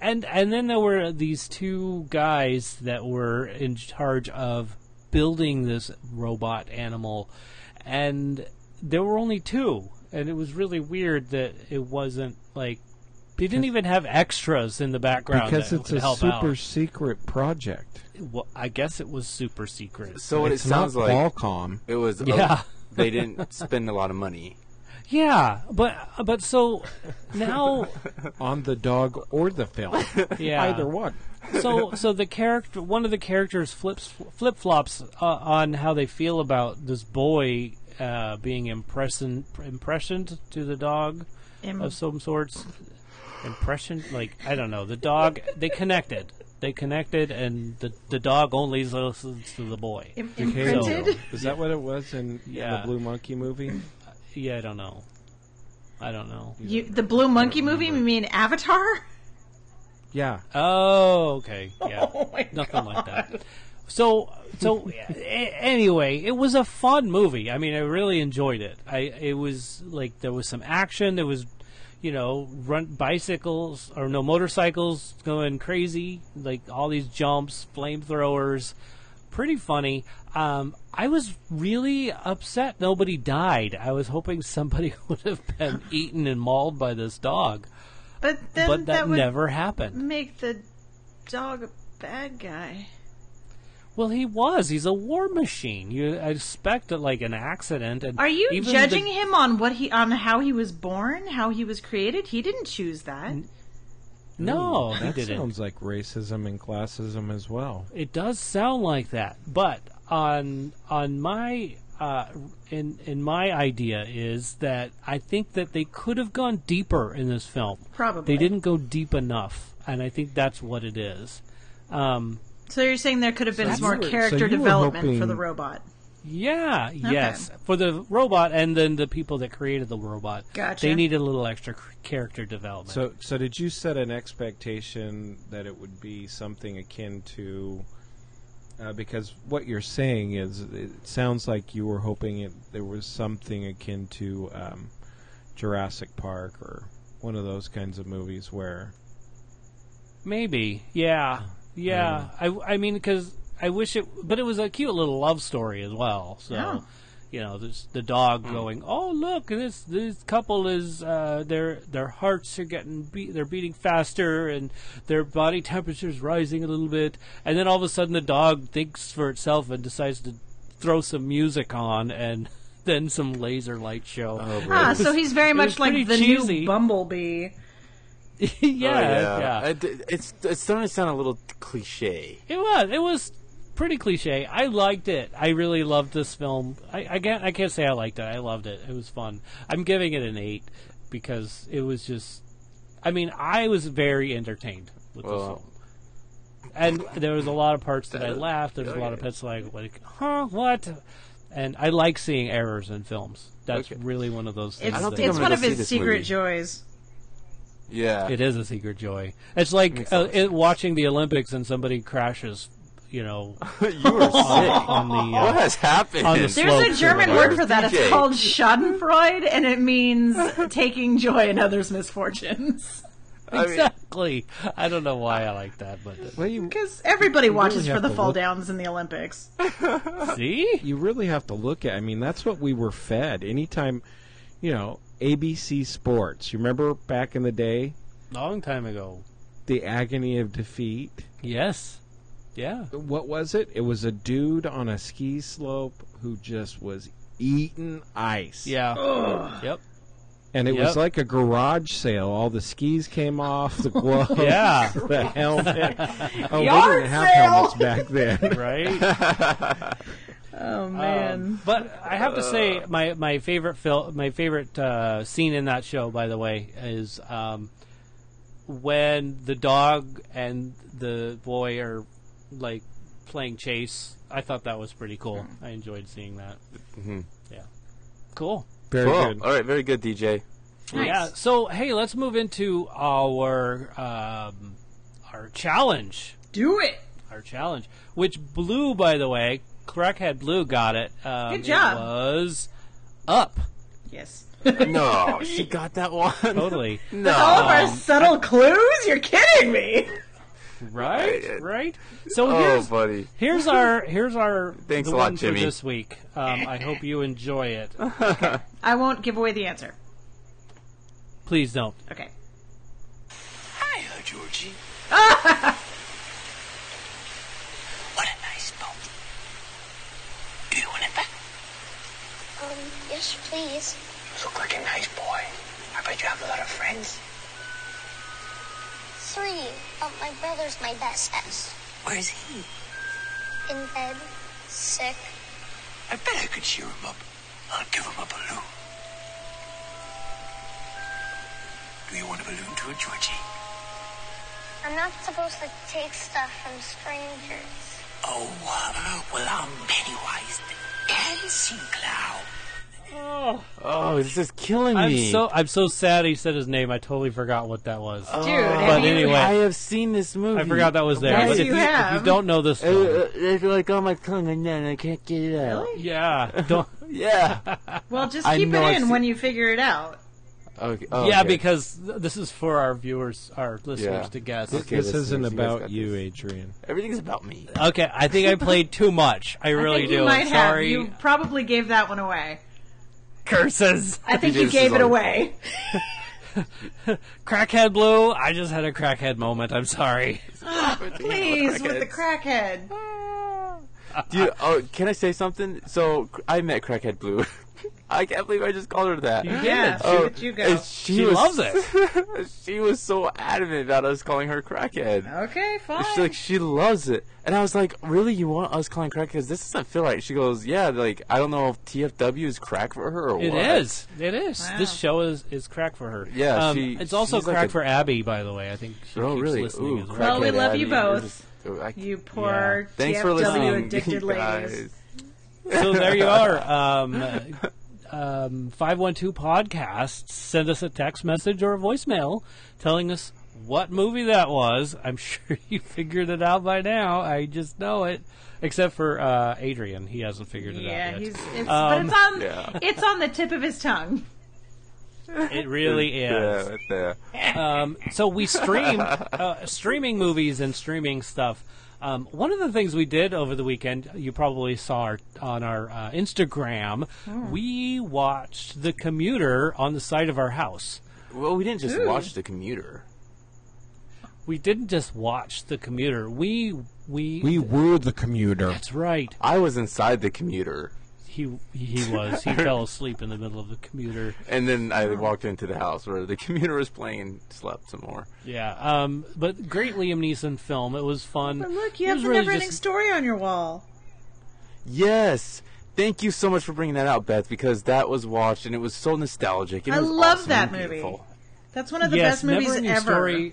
B: and and then there were these two guys that were in charge of building this robot animal, and there were only two, and it was really weird that it wasn't like they didn't even have extras in the background
D: Because
B: that
D: it's
B: would
D: a
B: help
D: super
B: out.
D: secret project.
B: Well, I guess it was super secret.
E: So what it
D: it's not
E: sounds like
D: Qualcomm.
E: it was. a-
B: Yeah.
E: they didn't spend a lot of money.
B: Yeah, but but so now,
D: on the dog or the film.
B: yeah,
D: Either one.
B: so so the character one of the characters flips flip flops uh, on how they feel about this boy uh, being impression impressioned to the dog
C: Im-
B: of some sorts impression like I don't know the dog they connected they connected and the the dog only listens to the boy
C: Im-
D: Halo.
C: imprinted?
D: Is that what it was in
B: Yeah.
D: the Blue Monkey movie?
B: yeah I don't know I don't know
C: You, the Blue Monkey movie? You mean Avatar?
D: Yeah.
B: oh okay yeah
C: Oh my
B: nothing like that. So, so a- anyway, it was a fun movie. I mean, I really enjoyed it. I it was like there was some action. There was, you know, run bicycles or no motorcycles going crazy. Like all these jumps, flamethrowers. Pretty funny. Um, I was really upset nobody died. I was hoping somebody would have been eaten and mauled by this dog,
C: But then
B: but that,
C: that, would
B: never happened.
C: make the dog a bad guy.
B: Well, he was. He's a war machine. You expect that, like an accident. And
C: Are you
B: even the-
C: judging him on what he on how he was born, how he was created? He didn't choose that.
B: No, he
D: that
B: Oh, didn't.
D: sounds like racism and classism as well.
B: It does sound like that, but on on my uh, in in my idea is that I think that they could have gone deeper in this film.
C: Probably.
B: they didn't go deep enough, and I think that's what it is. Um,
C: So you're saying there could have been
D: you
C: more
D: were- so
C: character
D: you were
C: development for
D: hoping-
C: the robot.
B: yeah, yes, for the robot, and then the people that created the robot.
C: Gotcha.
B: They needed a little extra c- character development.
D: So, so did you set an expectation that it would be something akin to? Uh, because what you're saying is, it sounds like you were hoping it there was something akin to um, Jurassic Park or one of those kinds of movies where
B: Maybe. Yeah. Yeah. I, I mean, because I wish it, but it was a cute little love story as well. So,
C: Yeah.
B: you know, there's the dog going, "Oh, look, this this couple is uh, their their hearts are getting beat, they're beating faster, and their body temperature's rising a little bit." And then all of a sudden, the dog thinks for itself and decides to throw some music on and. Then some laser light show.
C: Ah, so he's very
B: it
C: much
B: was
C: like
B: pretty
C: the
B: cheesy.
C: new Bumblebee.
B: yeah,
E: Oh,
B: yeah.
E: It- it's it's starting to sound a little cliche.
B: It was. It was pretty cliche. I liked it. I really loved this film. I, I can't. I can't say I liked it. I loved it. It was fun. I'm giving it an eight because it was just. I mean, I was very entertained with this
E: Well, Uh,
B: film. And there was a lot of parts that I
E: That-
B: laughed. There was a lot of
E: okay.
B: parts like, like, huh, what? And I like seeing errors in films. That's
E: Okay.
B: really one of those things.
C: It's,
E: don't
B: that-
E: think
C: it's
E: I'm
C: one
E: gonna
C: of
E: go see
C: his
E: this
C: secret
E: movie.
C: joys.
E: yeah.
B: It is a secret joy. It's like uh, it, watching the Olympics and somebody crashes, you know,
E: you were sick.
B: on the uh,
E: What has happened?
B: on the s-
C: There's
B: Slope
C: a German
E: or
C: word for that. It's
E: DJ.
C: called Schadenfreude, and it means taking joy in others' misfortunes.
E: I mean,
B: exactly. I don't know why I like that, but
D: well, you
C: Because everybody watches for
D: have
C: the
D: to
C: fall
D: look-
C: downs in the Olympics.
B: see,
D: you really have to look at. I mean, that's what we were fed. Anytime, you know, ABC Sports. You remember back in the day,
B: long time ago.
D: the agony of defeat.
B: Yes, yeah,
D: what was it? It was a dude on a ski slope who just was eating ice.
B: yeah, yep,
D: And it
B: Yep.
D: was like a garage sale. All the skis came off, the gloves,
B: Yeah.
D: the helmet. Oh,
C: Yard
D: they didn't have
C: sale!
D: helmets back then.
B: right. Um,
C: Oh man,
B: but I have to say, my my favorite film, my favorite uh, scene in that show, by the way, is um, when the dog and the boy are like playing chase. I thought that was pretty cool. I enjoyed seeing that. Yeah, cool.
D: Very
E: Cool.
D: good.
E: All right. Very good, DJ.
C: nice.
B: uh, Yeah. So hey, let's move into our um, our challenge.
C: do it.
B: Our challenge, which Blue, by the way, Crackhead Blue got it. Um,
C: Good job.
B: It was up
C: Yes.
E: No, she got that one.
B: totally.
C: All
B: oh,
C: of our subtle clues? You're kidding me.
B: right. Right. So
E: Oh,
B: here's
E: buddy.
B: here's our here's our
E: Thanks
B: the
E: a lot,
B: one for
E: Jimmy.
B: this week. Um, I hope you enjoy it.
C: I won't give away the answer.
B: Please don't.
C: Okay.
F: Hiya, Georgie. what a nice boat. Do you want it back?
G: Um, yes, please.
F: Look like a nice boy. I bet you have a lot of friends.
G: Three. But my brother's my best friend.
F: Where is he?
G: In bed, sick.
F: I bet I could cheer him up. I'll give him a balloon. Do you want a balloon too, Georgie?
G: I'm not supposed to take stuff from strangers.
F: Oh, uh, well, I'm Pennywise the dancing clown.
E: Oh, this is killing
B: I'm
E: me.
B: so I'm so sad he said his name. I totally forgot what that was.
E: Oh,
C: Dude,
B: but
C: have you-
B: anyway,
E: I have seen this movie.
B: I forgot that was there.
C: Yes,
B: but
C: you
B: if, you, if
C: have.
B: you don't know this,
E: Uh,
B: film,
E: uh, it's like on my tongue and then I can't get it out.
C: Really?
B: yeah, don't.
E: Yeah.
C: Well, just
E: I
C: keep it
E: know I've
C: in
E: seen-
C: when you figure it out.
E: Okay. oh,
B: Yeah,
E: okay.
B: because th- this is for our viewers, our listeners
E: Yeah.
B: to guess.
E: Okay.
D: this
E: listeners,
D: isn't
E: you guys
D: about
E: got
D: you,
E: this.
D: Adrian.
E: everything's about me.
B: Okay, I think I played too much. I
C: I
B: really
C: think
B: do.
C: you might
B: Sorry.
C: have. You probably gave that one away.
B: Curses.
C: I think you
E: James is
C: gave it
E: like-
C: away.
B: Crackhead Blue, I just had a crackhead moment. I'm sorry.
C: Please, with the crackhead.
E: Dude, oh, can I say something? So I met Crackhead Blue. I can't believe I just called her that.
C: Yeah,
E: Oh,
C: shoot, you go.
E: and she,
B: She
E: was,
B: loves it.
E: she was so adamant about us calling her crackhead.
C: Okay, fine.
E: She's like, she loves it. And I was like, really? You want us calling crack? Because this doesn't feel right. She goes, yeah, like, I don't know if TFW is crack for her or
B: It
E: what.
B: is. It is.
C: Wow.
B: This show is, is crack for her.
E: Yeah,
B: Um,
E: she-
B: it's also
E: she's like
B: crack
E: a-
B: for Abby, by the way. I think she
E: Oh,
B: keeps
E: really?
B: listening
E: Ooh,
B: as well.
C: Well, we
E: crackhead
C: love you
E: Abby,
C: both.
E: you're just- I-
C: you poor
E: Thanks
C: TFW
E: for listening, you
C: addicted ladies.
E: guys.
B: So there you are. Um, um, 512 Podcasts. Send us a text message or a voicemail telling us what movie that was. I'm sure you figured it out by now. I just know it. Except for uh, Adrian. He hasn't figured it
C: Yeah,
B: out
C: he's
B: yet.
C: it's, but
B: Um,
C: it's on
E: yeah.
C: it's on the tip of his tongue.
B: It really is.
E: Yeah, right there.
B: Um, so we streamed uh, streaming movies and streaming stuff. Um, one of the things we did over the weekend, you probably saw our, on our uh, Instagram,
C: Hmm.
B: we watched The Commuter on the side of our house.
E: Well, we didn't just
C: Ooh.
E: watch The Commuter.
B: We didn't just watch The Commuter. We we,
D: We were the commuter.
B: that's right.
E: I was inside The Commuter.
B: He he was he fell asleep in the middle of the commuter.
E: And then
C: Oh.
E: I walked into the house where The Commuter was playing and slept some more.
B: Yeah. Um, but great Liam Neeson film. It was fun.
C: But look, you
B: It
C: have
B: was
C: the
B: really
C: never ending
B: just-
C: story on your wall.
E: Yes! Thank you so much for bringing that out, Beth, because that was watched and it was so nostalgic. and It
C: I
E: was
C: love
E: awesome
C: that
E: and
C: movie.
E: beautiful.
C: That's one of the
B: yes,
C: best movies
B: Neverending
C: ever.
B: Story.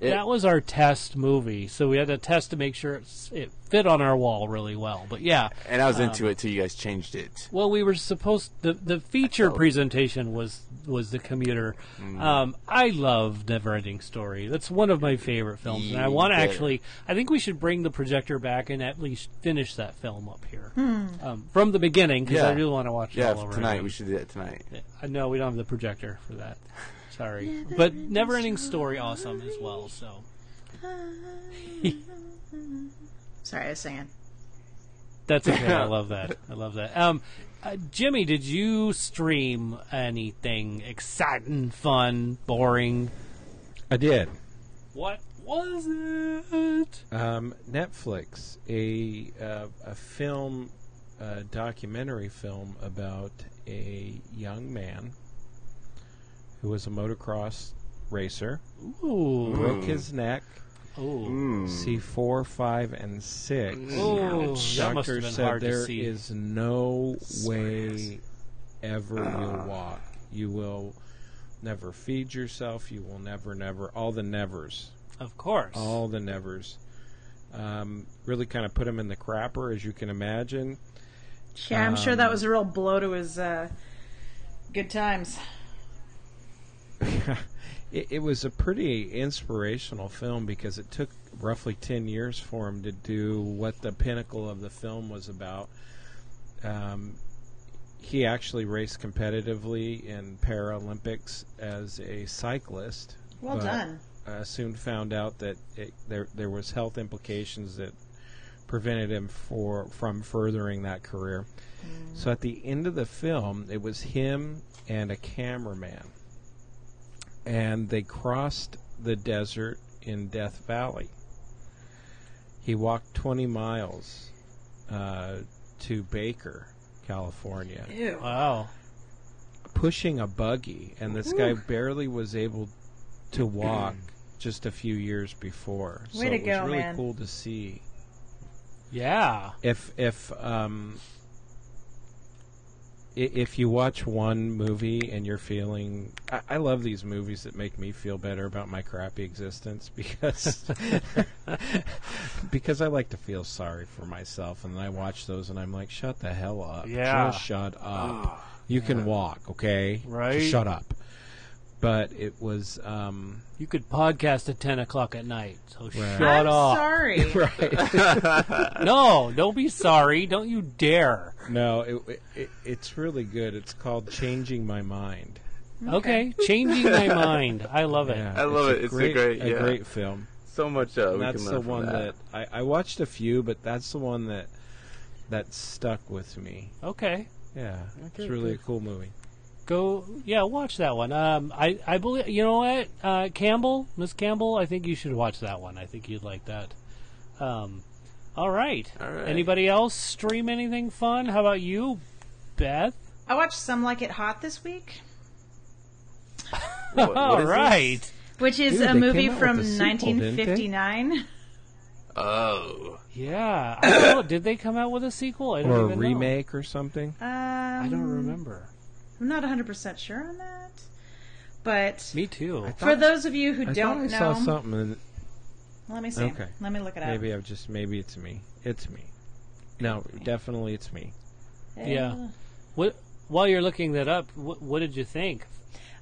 E: It-
B: that was our test movie, so we had to test to make sure it's, it fit on our wall really well. But yeah,
E: And I was into it till you guys changed it.
B: well, we were supposed the the
E: Oh.
B: feature presentation was was the commuter.
E: Mm.
B: Um, I love Neverending Story. That's one of my favorite films, and I
E: You
B: want to
E: bet.
B: actually. I think we should bring the projector back and at least finish that film up here
C: Hmm.
B: um, from the beginning because I
E: Yeah.
B: really want to watch
E: Yeah,
B: it all over
E: tonight
B: again.
E: we should do that tonight.
B: Uh, no, we don't have the projector for that. Sorry, but Neverending Story, awesome as well. So.
C: Sorry, I was singing.
B: That's okay. I love that. I love that. Um, uh, Jimmy, did you stream anything exciting, fun, boring?
D: I did.
B: What was it?
D: Um, Netflix, a uh, a film, a documentary film about a young man who was a motocross racer,
B: Ooh.
D: broke his neck,
B: Ooh.
D: C four, five, and six.
B: Hmm. Ooh. That must have
D: Doctor
B: been
D: said
B: hard
D: there
B: to see.
D: is no way ever you'll walk. You will never feed yourself. You will never, never. All the nevers.
B: of course.
D: all the nevers. Um, really kind of put him in the crapper, as you can imagine.
C: Yeah, I'm sure
B: Um,
C: that was a real blow to his uh, good times.
D: It, it was a pretty inspirational film because it took roughly 10 years for him to do what the pinnacle of the film was about. Um, he actually raced competitively in Paralympics as a cyclist.
C: Well
D: but,
C: done.
D: Uh, soon found out that it, there there was health implications that prevented him for from furthering that career.
C: Mm.
D: So at the end of the film, it was him and a cameraman, and they crossed the desert in Death Valley. He walked 20 miles uh, to Baker, California,
C: Ew.
B: Wow.
D: pushing a buggy, and this guy barely was able to walk just a few years before. so
C: Way to
D: it was
C: go,
D: really
C: man.
D: cool to see
B: Yeah.
D: if if um i- if you watch one movie and you're feeling I, I love these movies that make me feel better about my crappy existence because because I like to feel sorry for myself and then I watch those and I'm like shut the hell up
B: Yeah. Ah,
D: just shut up you can walk okay
B: Right.
D: just shut up but it was um
B: You could podcast at 10 o'clock at night, so shut
C: I'm
B: up.
C: sorry.
B: No, don't be sorry. Don't you dare.
D: no it, it it's really good it's called changing my mind
B: Okay. Changing my mind. I love it.
D: Yeah,
E: I love it. It's a great- yeah.
D: great film.
E: So much. Uh, we
D: that's
E: can
D: the
E: learn from
D: one
E: that.
D: that, I, I watched a few, but that's the one that that stuck with me.
B: Okay.
D: Yeah, it's really a cool movie.
B: go yeah watch that one um i i believe you know what uh campbell miss campbell i think you should watch that one i think you'd like that um all right,
E: All right.
B: anybody else stream anything fun how about you beth
C: I watched Some Like It Hot this week,
E: What- what
B: All
E: is this?
B: right.
C: which is
D: Dude,
C: a
D: they
C: movie
D: came out
C: from
D: with a sequel, didn't they?
C: 1959.
E: Oh.
B: Yeah. I don't know. Did they come out with a sequel? I don't
D: or a
B: even know.
D: remake or something.
C: Um,
B: I don't remember.
C: I'm not 100% sure on that. But
B: Me too.
C: for those of you who
D: I thought I
C: don't
D: saw
C: know,
D: something. And
C: let me see.
D: Okay.
C: Let me look it up.
D: maybe I've just maybe it's me. It's me. No, definitely it's me.
B: Yeah. What? While you're looking that up, what, what did you think?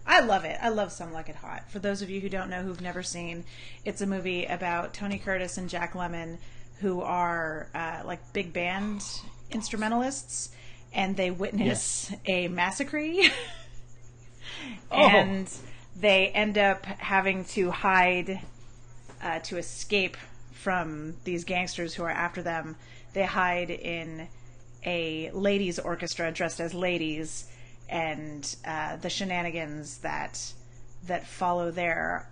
C: I love it. I love Some Like It Hot. For those of you who don't know, who've never seen, it's a movie about Tony Curtis and Jack Lemmon, who are uh, like big band instrumentalists, and they witness a massacre. And they end up having to hide uh, to escape from these gangsters who are after them. They hide in a ladies' orchestra dressed as ladies, and uh, the shenanigans that that follow there.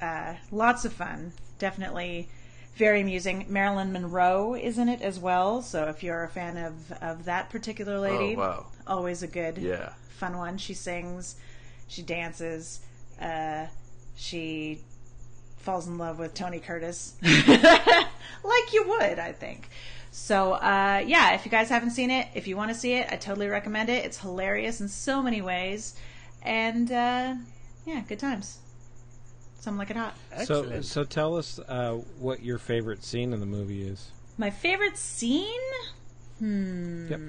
C: Uh, lots of fun, definitely very amusing. Marilyn Monroe is in it as well, so if you're a fan of of that particular lady,
E: Oh, wow.
C: always a good
E: Yeah.
C: fun one. She sings, she dances, uh, she falls in love with Tony Curtis, like you would, I think. So uh, yeah, if you guys haven't seen it, if you want to see it, I totally recommend it. It's hilarious in so many ways, and uh, yeah, good times. Some like it hot.
D: So so tell us uh, what your favorite scene in the movie is.
C: My favorite scene, Hmm.
D: Yep.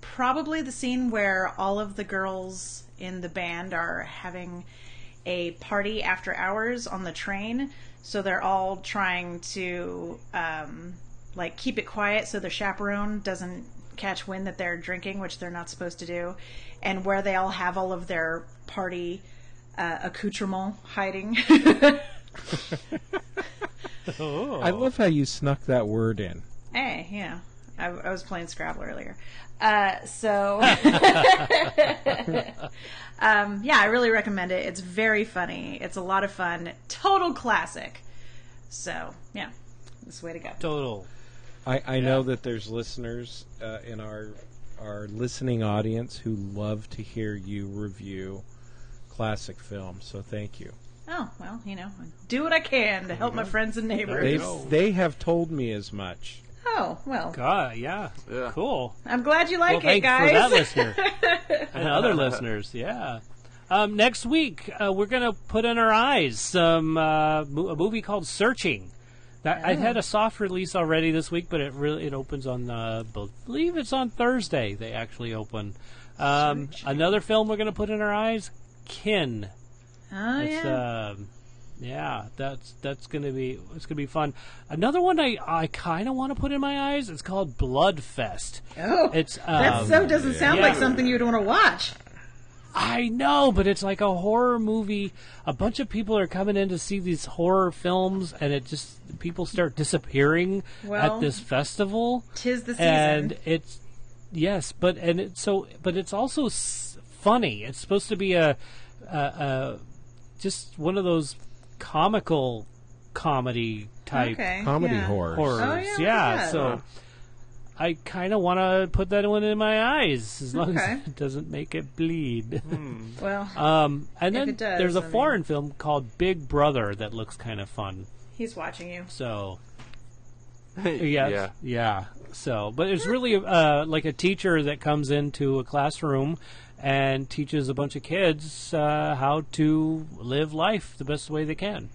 C: probably the scene where all of the girls in the band are having a party after hours on the train. So they're all trying to um, like keep it quiet so the chaperone doesn't catch wind that they're drinking, which they're not supposed to do, and where they all have all of their party uh, accoutrement hiding.
D: I love how you snuck that word in.
C: Hey, Eh, yeah. I, I was playing Scrabble earlier. Uh, so, um, yeah, I really recommend it. It's very funny. It's a lot of fun. Total classic. So, yeah, this way to go.
B: total.
D: I, I know that there's listeners uh, in our our listening audience who love to hear you review classic films. So thank you.
C: Oh, well, you know, I do what I can to help my friends and
D: They
C: neighbors.
D: they have told me as much.
C: Oh, well,
B: God, yeah.
E: Yeah.
B: Cool.
C: I'm glad you like
B: well,
C: it,
B: thanks for that
C: guys.
B: listener and other listeners. Yeah. Um, next week uh, we're gonna put in our eyes some uh, mo- a movie called Searching. That I had a soft release already this week, but it really it opens on uh, believe it's on Thursday. They actually open. Um, another film we're gonna put in our eyes, Kin.
C: Oh,
B: It's,
C: yeah.
B: um, yeah, that's that's gonna be it's gonna be fun. Another one I I kind of want to put in my eyes. It's called Bloodfest.
C: oh,
B: It's um,
C: that so doesn't sound
B: yeah.
C: like something you'd want to watch.
B: I know, but it's like a horror movie. A bunch of people are coming in to see these horror films, and it just people start disappearing
C: Well,
B: at this festival.
C: Tis the season.
B: and it's yes, but and it's so, but it's also s- funny. It's supposed to be a, a, a just one of those comical comedy type
C: okay.
D: Comedy
C: yeah.
D: horror.
B: horrors.
C: Oh, yeah, look at that.
B: so I kind of want to put that one in my eyes as long
C: Okay.
B: as it doesn't make it bleed.
C: Well,
B: Um, and
C: If
B: then
C: it does,
B: there's a
C: I mean-
B: foreign film called Big Brother that looks kind of fun.
C: he's watching you.
B: So yeah,
E: yeah.
B: yeah, So, but it's really uh, like a teacher that comes into a classroom and teaches a bunch of kids uh, how to live life the best way they can.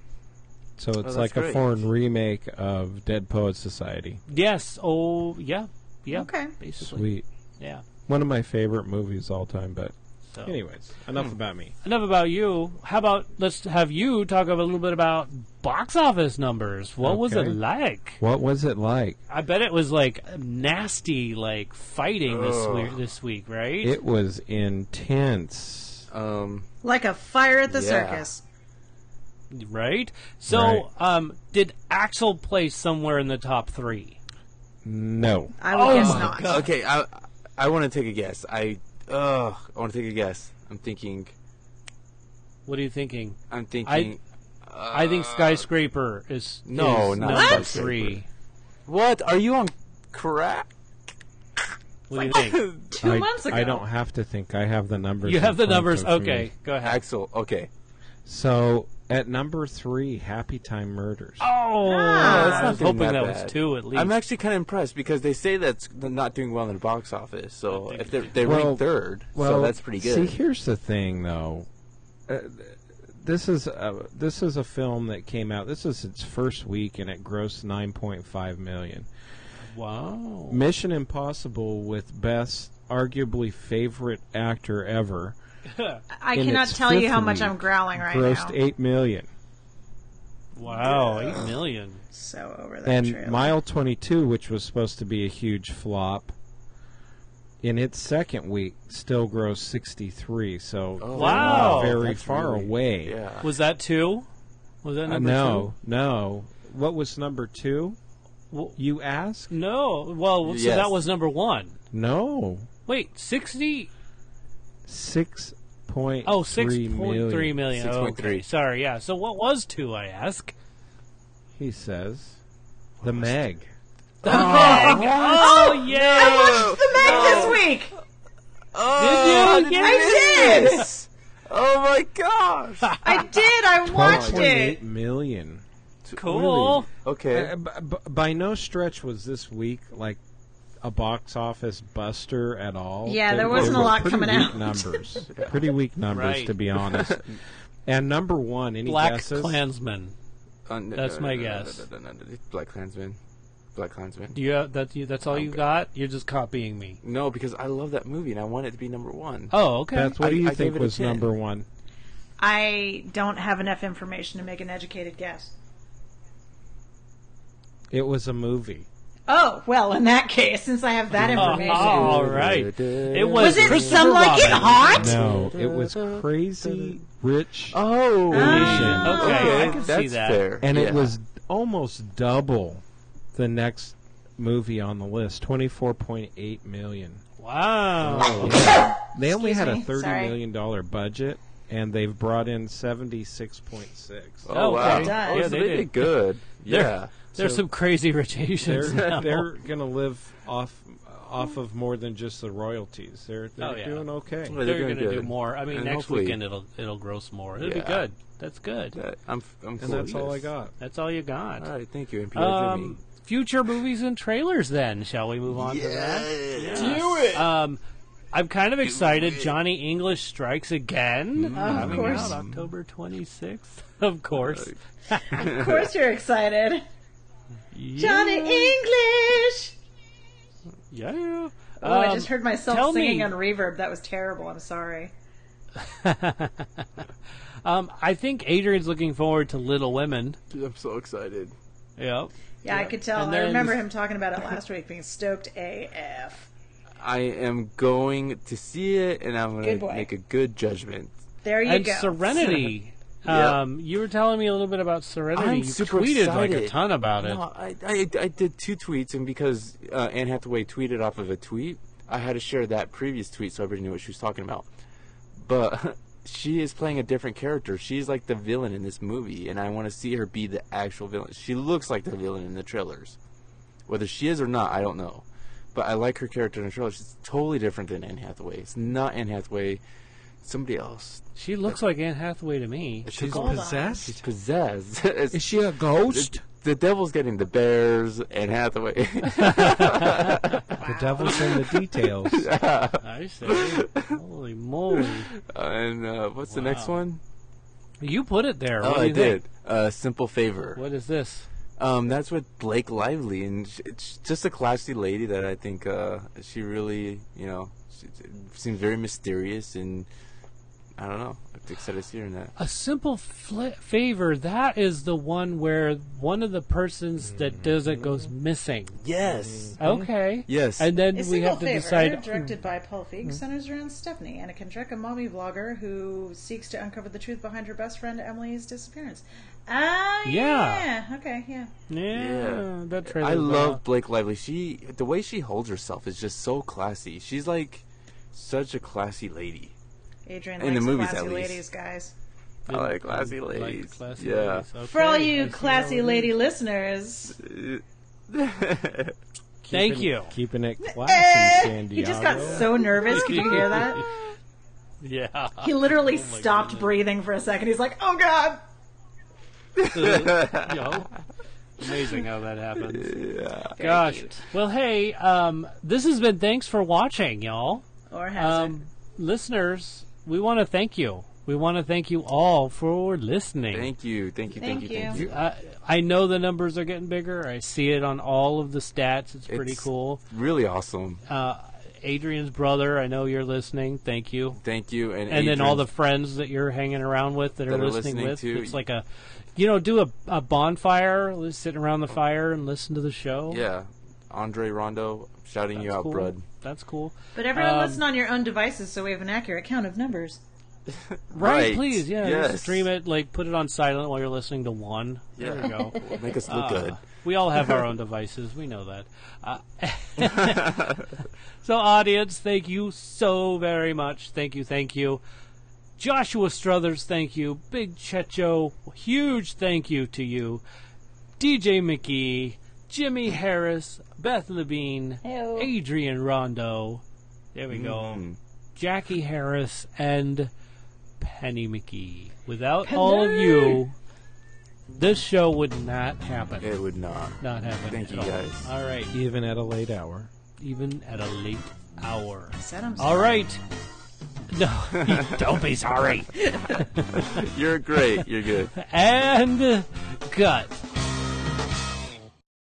D: So
B: Oh,
D: it's
E: that's
D: like a
E: great.
D: foreign remake of Dead Poets Society.
B: Yes. Oh, yeah. Yeah.
C: Okay.
B: Basically.
D: Sweet.
B: Yeah.
D: One of my favorite movies all time, but
B: So.
D: Oh. anyways,
B: Hmm.
D: enough about me.
B: Enough about you. How about let's have you talk a little bit about box office numbers. What was it
D: Okay.
B: like?
D: What was it like?
B: I bet it was like nasty, like fighting this week. This week, right?
D: It was intense.
B: Uh,
E: Um,
C: Like a fire at the
E: Yeah.
C: circus.
B: right. So,
D: Right.
B: um, did Axel place somewhere in the top three?
D: No.
C: I would
B: Oh
C: guess not.
E: okay, I I want to take a guess. I uh, I want to take a guess. I'm thinking.
B: What are you thinking?
E: I'm thinking.
B: I think skyscraper is
E: no,
B: is
E: not
B: number
E: Skyscraper.
B: three.
E: what are you on? Crack?
B: What do you think?
C: Two
D: I,
C: months ago.
D: I don't have to think. I have the numbers.
B: You
D: in
B: have the
D: front
B: numbers.
D: of me.
B: Okay, go ahead.
E: Axel, okay.
D: So at number three, Happy Time Murders.
B: Oh,
D: Ah.
E: That's
B: I
E: not
B: was
E: doing
B: hoping that,
E: bad.
B: was two at least.
E: I'm actually kind of impressed because they say that's not doing well in the box office. So if they're, they
D: Well-
E: rank third,
D: Well,
E: so that's pretty good.
D: See, here's the thing, though. Uh, th- this is a, this is a film that came out. This is its first week, and it grossed 9.5 million.
B: wow.
D: Mission Impossible with best, arguably favorite actor ever.
C: I
D: in
C: cannot
D: its
C: tell you
D: fifth
C: how much
D: week,
C: I'm growling right
D: grossed
C: now.
D: eight million,
B: Wow, eight million.
C: So over that
D: and
C: trailer.
D: Mile 22, which was supposed to be a huge flop. In its second week, still grossed 63. So
E: Oh,
B: Wow.
D: very
E: that's
D: far
E: really-
D: away.
E: Yeah.
B: Was that two? Was that
D: Uh,
B: number
D: no, no. What was number two?
B: Well-
D: you ask?
B: two? No. Well, so
E: Yes.
B: that was number one.
D: No,
B: Wait, sixty?
D: six point
B: Oh, six point three million.
E: Six
B: Oh,
E: point
B: okay.
E: three.
B: Sorry, yeah. So what was two? I ask.
D: He says, the Meg.
B: Oh yeah.
C: the Meg this week.
E: Oh,
B: Did you?
C: I did.
E: oh my gosh.
C: I did. I watched it.
D: 12.8 million.
B: Cool.
E: okay.
D: Uh, b- b- by no stretch was this week like a box office buster at all.
C: Yeah,
D: They-
C: there
D: they
C: wasn't a
D: were
C: lot
D: pretty
C: coming
D: weak
C: out.
D: Numbers, pretty weak numbers
B: Right.
D: to be honest. And number one, any
B: Black
D: guesses?
B: Klansman.
E: Uh, no,
B: That's
E: no,
B: my
E: no, no,
B: guess.
E: no, no, no, no, Black Klansman. Black Klansman.
B: Do you have, that, you, that's all you
E: Okay.
B: got? You're just copying me.
E: No, because I love that movie and I want it to be number one.
B: Oh, okay.
D: Beth, what do
E: I-
D: you
E: I gave
D: think
E: it a
D: was
E: 10.
D: number one?
C: I don't have enough information to make an educated guess.
D: It was a movie.
C: Oh well, in that case, since I have that information,
B: Uh, all right. It was,
C: was it
B: Oh. Christopher
C: some like it
B: Robin.
C: hot?
D: No, it was Crazy Rich,
E: Oh,
D: Ah,
B: okay, I can see
E: that's
B: that.
E: fair.
D: and
E: Yeah.
D: it was almost double the next movie on the list, twenty four point eight million.
B: Wow.
D: Oh, They only
C: Excuse
D: had a
C: me,
D: thirty
C: sorry.
D: million dollar budget, and they've brought in seventy six point six.
E: Oh,
B: Oh,
E: wow.
B: okay.
E: Oh,
B: Yeah,
E: so
B: they
E: they,
B: did.
E: did. good. yeah.
B: There's some crazy rich Asians.
D: They're
B: now.
D: they're gonna live off off of more than just the royalties. They're they're
B: Oh, yeah.
D: doing okay.
E: Well,
B: they're,
E: doing
B: going to do
E: good.
B: more. I mean,
E: And
B: next
E: hopefully
B: weekend it'll it'll gross more. It'll be
E: Yeah.
B: good. That's good.
E: that- I'm, I'm
D: And that's all I got.
B: That's all you got.
E: All right, thank you, NPR
B: um, future movies and trailers. Then shall we move on to that?
E: Do it.
B: Um, I'm kind of excited. Johnny English strikes
E: Mm,
B: again.
C: Of course,
B: Out October 26th, of course.
C: of course, you're excited, Johnny English.
B: Yeah. yeah. Um,
C: Oh, I just heard myself
B: tell
C: singing
B: me-
C: on reverb. That was terrible. I'm sorry.
B: Um, I think Adrian's looking forward to Little Women.
E: I'm so excited.
B: Yep.
C: Yeah, I could tell.
B: And
C: I
B: then-
C: remember him talking about it last week, being stoked AF.
E: I am going to see it, and I'm
C: Good
E: going to
C: boy.
E: make a good judgment.
C: There you
B: and
C: go.
B: Serenity.
E: Yeah.
B: Um, you were telling me a little bit about Serenity.
E: I'm
B: you
E: super
B: tweeted like a
E: excited.
B: ton about it.
E: No, I, I, I did two tweets, and because uh, Anne Hathaway tweeted off of a tweet, I had to share that previous tweet so everybody knew what she was talking about. But she is playing a different character. She's like the villain in this movie, and I want to see her be the actual villain. She looks like the villain in the trailers. Whether she is or not, I don't know. But I like her character in the trailers. She's totally different than Anne Hathaway. It's not Anne Hathaway. Somebody else.
B: She looks like Anne Hathaway to me.
D: She's
E: Hold on.
D: possessed.
E: She's possessed. It's-
D: Is she a ghost?
E: the, the devil's getting the bears and Hathaway.
D: The devil's in the details.
B: I say, holy moly!
E: and uh, what's the next one?
B: You put it there. What
E: oh,
B: do
E: I
B: you think?
E: did. Uh, Simple Favor.
B: What is this?
E: Um, that's with Blake Lively, and sh- it's just a classy lady that I think uh, she really, you know, she, she seems very mysterious, and I don't know. I'm excited to see her in that.
B: A simple fl- favor. That is the one where one of the persons that does it goes missing.
E: Yes.
B: Okay.
E: Yes.
B: And then
C: Mm-hmm. A
B: we
C: single
B: have to
C: favor,
B: decide. Hmm.
C: directed by Paul Feig, centers around Stephanie, an Akendrika mommy vlogger who seeks to uncover the truth behind her best friend Emily's disappearance. Ah, yeah.
B: Yeah.
C: Okay, yeah.
B: Yeah,
E: Yeah.
B: that trailer.
E: I
B: was
E: love
B: out.
E: Blake Lively. She, the way she holds herself is just so classy. She's like such a classy lady.
C: Adrian
E: In the
C: likes
E: movies,
C: classy
E: at least.
C: ladies, guys.
E: I like classy
B: Like
E: ladies.
B: classy
E: yeah.
B: ladies.
C: For all
B: Okay, I
C: you
B: see how
C: classy
B: it is.
C: lady listeners,
B: Thank
D: Keeping-
B: you.
D: Keeping it classy,
C: Eh,
D: San Diego.
C: he just got so nervous. Could you hear that?
B: Yeah.
C: He literally
B: Oh
C: stopped breathing for a second. He's like, "Oh God!"
B: Yo. Amazing how that happens.
C: Very
B: Gosh.
C: cute.
B: Well, hey, um, this has been thanks for watching, y'all.
C: Or has
B: Um, listeners, we want to thank you. We want to thank you all for listening.
E: Thank you, thank you, thank,
C: Thank
E: you, thank
C: you.
E: you.
B: I, I know the numbers are getting bigger. I see it on all of the stats. It's pretty
E: It's-
B: cool.
E: Really awesome.
B: Uh, Adrian's brother, I know you're listening. Thank you.
E: Thank you, and
B: and then all the
E: Adrian-
B: friends that you're hanging around with that,
E: That
B: are
E: are
B: listening,
E: listening
B: with.
E: to-
B: It's like a, you know, do a, a bonfire, li- sit around the fire and listen to the show.
E: yeah, Andre Rondo shouting you
B: That's
E: out,
B: cool.
E: Brud.
B: That's cool.
C: But everyone
B: um,
C: listen on your own devices, so we have an accurate count of numbers.
B: Right,
E: Right.
B: please. Yeah,
E: Yes.
B: stream it. Like, put it on silent while you're listening to one. There
E: Yeah.
B: we go.
E: Make us look
B: Uh,
E: good.
B: We all have our own devices. We know that. Uh, so, audience, thank you so very much. Thank you, thank you. Joshua Struthers, thank you. Big Checho, huge thank you to you. DJ McGee, Jimmy Harris, Beth Levine,
C: Heyo.
B: Adrian Rondo. There we go. Jackie Harris and Penny McGee. Without all of you, this show would not happen
E: It would not.
B: not happen.
E: Thank
B: at
E: you,
B: all.
E: guys.
B: All right,
D: even at a late hour.
B: even at a late hour.
C: Said I'm
B: All right. No, don't be sorry.
E: You're great. You're good.
B: And cut.